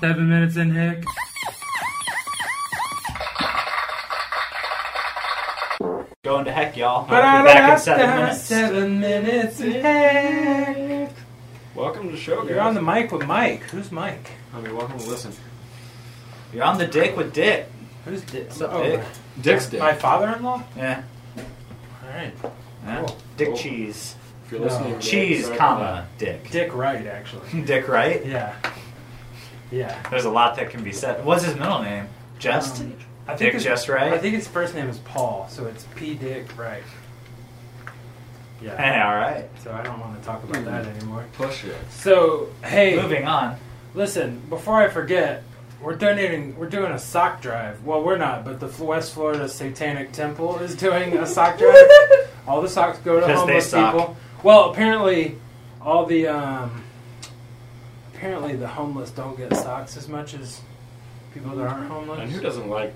Seven minutes in, Hick. Going to heck, y'all. I'll be back in seven minutes. Seven minutes in, Hick. Welcome to the show, guys. You're on the mic with Mike. Who's Mike? I mean, welcome to listen. You're on the dick with Dick. Who's Dick? What's up, Dick? Dick's Dick. My father-in-law. Yeah. All right. yeah. Cool. Dick Cool. cheese. If you're listening, No. to Cheese, comma, Dick. Dick Wright, actually. Dick, right? Yeah. Yeah. There's a lot that can be said. What's his middle name? Just? Um, I Dick his- Just Wright? I think his first name is Paul, so it's P. Dick Wright. Yeah. hey, alright. So I don't want to talk about that anymore. Push it. So hey, Hmm. Moving on. listen. Before I forget, we're donating. We're doing a sock drive. Well, we're not, but the F- West Florida Satanic Temple is doing a sock drive. all the socks go to 'Cause they homeless suck. people. Well, apparently, all the um, apparently the homeless don't get socks as much as people that aren't homeless. And who doesn't like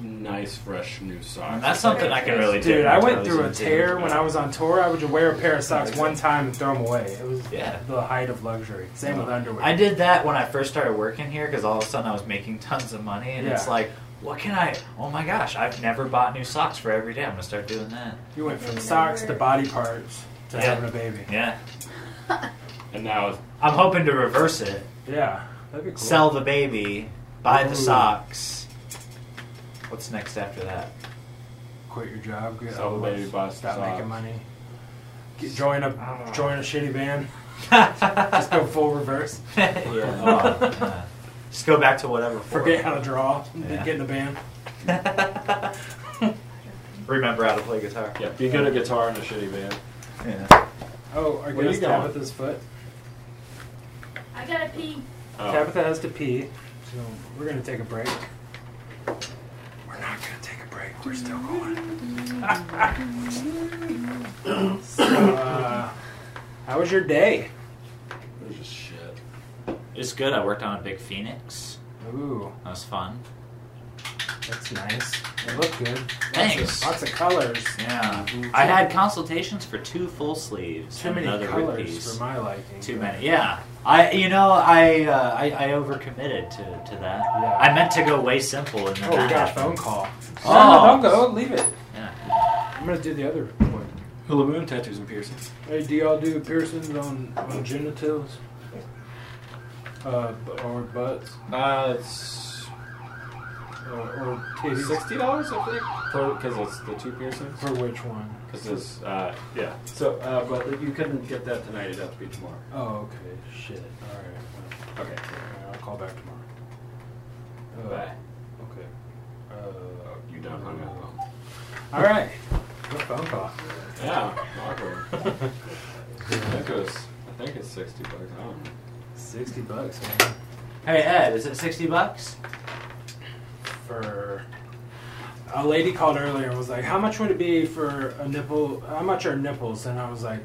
nice, fresh, new socks? And that's something I can really do. Dude, I went through a Those are tear two. when I was on tour. I would just wear a pair of socks one time and throw them away. It was Yeah. Uh-huh. the height of luxury. Same with underwear. I did that when I first started working here because all of a sudden I was making tons of money, and it's Yeah. like, what can I? Oh my gosh, I've never bought new socks for every day. I'm gonna start doing that. you went from socks to body parts to Yeah. having a baby. Yeah, And now it's I'm hoping to reverse it. Yeah, that'd be cool. Sell the baby, buy Ooh. the socks. What's next after that? Quit your job. Get Sell the homeless, baby, buy some Stop socks. making money. Get- join I don't a know. join a shitty band. Just go full reverse. Oh, yeah. Just go back to whatever. form. Forget how to draw. Yeah. Get in a band. Remember how to play guitar. yeah. Be good at guitar in a shitty band. Yeah. Oh, our Where you guest going? Tabitha's foot. I gotta pee. Oh. Tabitha has to pee, so we're gonna take a break. We're not gonna take a break. We're still going. so, uh, how was your day? It was just shit. It's good. I worked on a big phoenix. Ooh, That was fun. that's nice. It looked good. Thanks. Lots of colors. Yeah. I had consultations for two full sleeves. Mm-hmm. Too and many another colors piece. for my liking. Too many. Yeah. I you know I uh, I, I overcommitted to, to that. Yeah. I meant to go way simple and then Oh, we that got a happened. phone call. Oh. No, no, don't go. Leave it. Yeah. I'm gonna do the other one. Hula moon tattoos and piercings. Hey, do y'all do piercings on, on genitals? Uh, b- or butts? Uh, it's Or, or titties? sixty dollars, I think, for because it's the two piercings. For which one? Because it's uh, yeah. So, uh, but you couldn't get that tonight. It'd have to be tomorrow. Oh, okay. Shit. All right. Okay. Well, I'll call back tomorrow. Uh, Bye. Okay. Uh, You done hung up? all right. What phone call? Yeah. Awkward. I think it was. I think it's sixty bucks. I don't know. Sixty bucks, man. Hey Ed, is it sixty bucks? For a lady called earlier and was like, "How much would it be for a nipple? How much are nipples?" And I was like,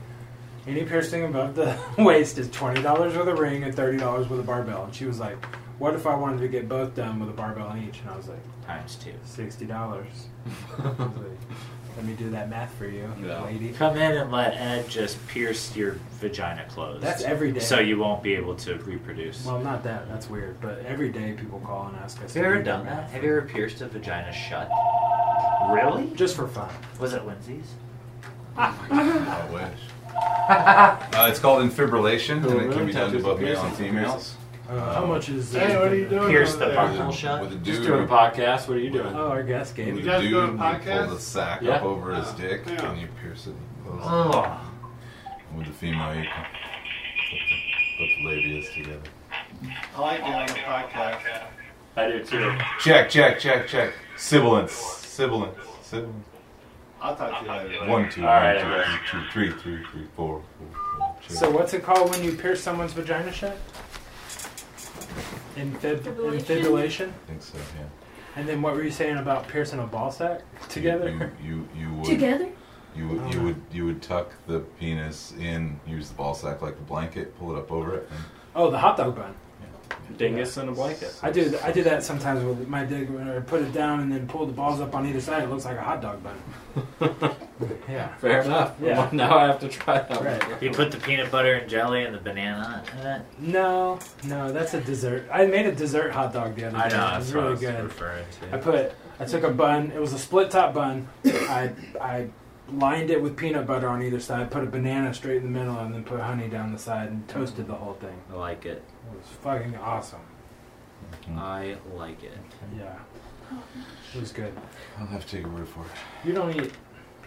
"Any piercing above the waist is twenty dollars with a ring and thirty dollars with a barbell." And she was like, "What if I wanted to get both done with a barbell in each?" And I was like, Times two. sixty dollars. Let me do that math for you, Yeah. lady. Come in and let Ed just pierce your vagina closed. That's every day. So you won't be able to reproduce. Well, not that. That's weird. But every day people call and ask us. have you to ever do their done that? math. Have you ever pierced a vagina shut? Really? Just for fun. Was it Lindsay's? I wish. Uh, it's called infibrillation, and it can be done to both males and females. Uh, how much is? Hey, what are you doing? Pierce the over there? button. Buckle shot? With a Just dude, doing a podcast. What are you doing? Oh, our guest with a game. guys dude, doing a you podcast? pull the sack Yeah. up over his dick, Yeah. and you pierce it. close. Oh. With the female, you can put the, put the labias together. I like doing a podcast. I do too. Check, check, check, check. Sibilance, sibilance, sibilance. I'll talk to you later. One, two, All right, one, two, everybody. two, three, three, three, four, four, four. Check. So what's it called when you pierce someone's vagina shut? Infib- Fibrillation. infibulation. I think so. Yeah. And then what were you saying about piercing a ball sack Mm-hmm. together? You, you, you would. Together? You would, you would you would tuck the penis in, use the ball sack like a blanket, pull it up over it, and Oh, the hot dog bun. yeah, dingus in a blanket. I do I do that sometimes with my dick when I put it down and then pull the balls up on either side. It looks like a hot dog bun. yeah. Fair enough. Yeah. Well, now I have to try Oh, that Right. one. You put the peanut butter and jelly and the banana on it. No, no, that's a dessert. I made a dessert hot dog the other day. I know, it that's was what I really was good. referring I to. put I took a bun. It was a split top bun. I I lined it with peanut butter on either side. Put a banana straight in the middle and then put honey down the side and toasted the whole thing. I like it. It was fucking awesome. Hmm. I like it. Yeah, it was good. I'll have to take your word for it. You don't eat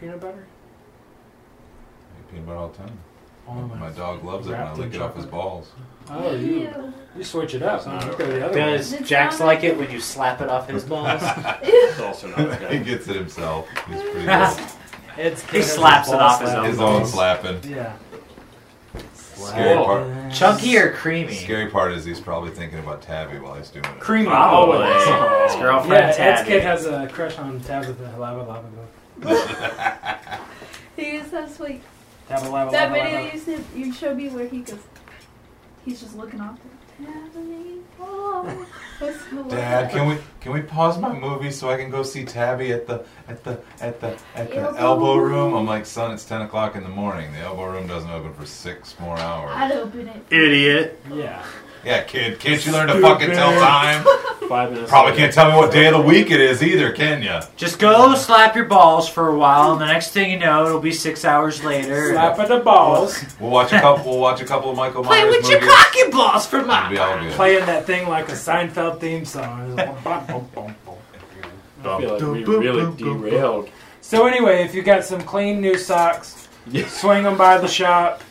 peanut butter? I eat peanut butter all the time. Only when Oh My it's- dog loves it when I Oh Wrapped in lick it off his chocolate? balls. Oh, you you switch it up. huh? You go the other way. Does Jax like it when you slap it off his balls? It's also not he okay. gets it himself. He's pretty good. It's He slaps it off his own. His own slapping. Yeah. Scary Cool. part. Chunky or creamy? Scary part is he's probably thinking about Tabby while he's doing it. Creamy. Probably. always. His girlfriend Yeah, Ed's Tabby. kid has a crush on Tabitha Lava Lava Lava. He is so sweet. Tabitha Lava That Lava video Lava. you said you showed me where he goes. He's just looking off. The Tabby, oh, that's hilarious. Dad, can we can we pause my movie so I can go see Tabby at the at the at the at the elbow, Elbow room? room. I'm like, son, it's ten o'clock in the morning. The elbow room doesn't open for six more hours. I'd open it. Idiot. Yeah. Yeah, kid, can't you learn to fucking tell Stupid. time? Five minutes. Probably later. can't tell me what day of the week it is either, can ya? Just go slap your balls for a while, and the next thing you know, it'll be six hours later. Slap at the balls. We'll watch a couple. We'll watch a couple of Michael Myers Play with movies. your cocky balls for It'll my. be all good. Playing that thing like a Seinfeld theme song. I feel like we really derailed. so anyway, if you got some clean new socks, Yes. swing them by the shop.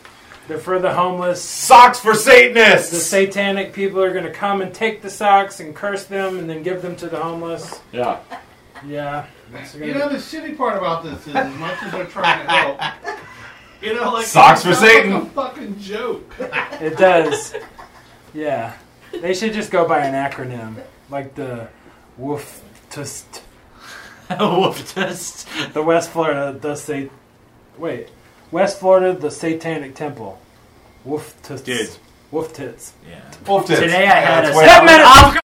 They're for the homeless. Socks for Satanists. The satanic people are going to come and take the socks and curse them and then give them to the homeless. Yeah. Yeah. It's You gonna- know the shitty part about this is, as much as they're trying to help, you know, like Socks for it sounds like Satan. a fucking joke. It does. Yeah. They should just go by an acronym, like the Woof Tust, Woof dust. the West Florida the Sat. Wait, West Florida the Satanic Temple. Woof Tust. Dude. Woof Tits. Yeah. Wolf tits. Today I had a That's what- Seven minutes.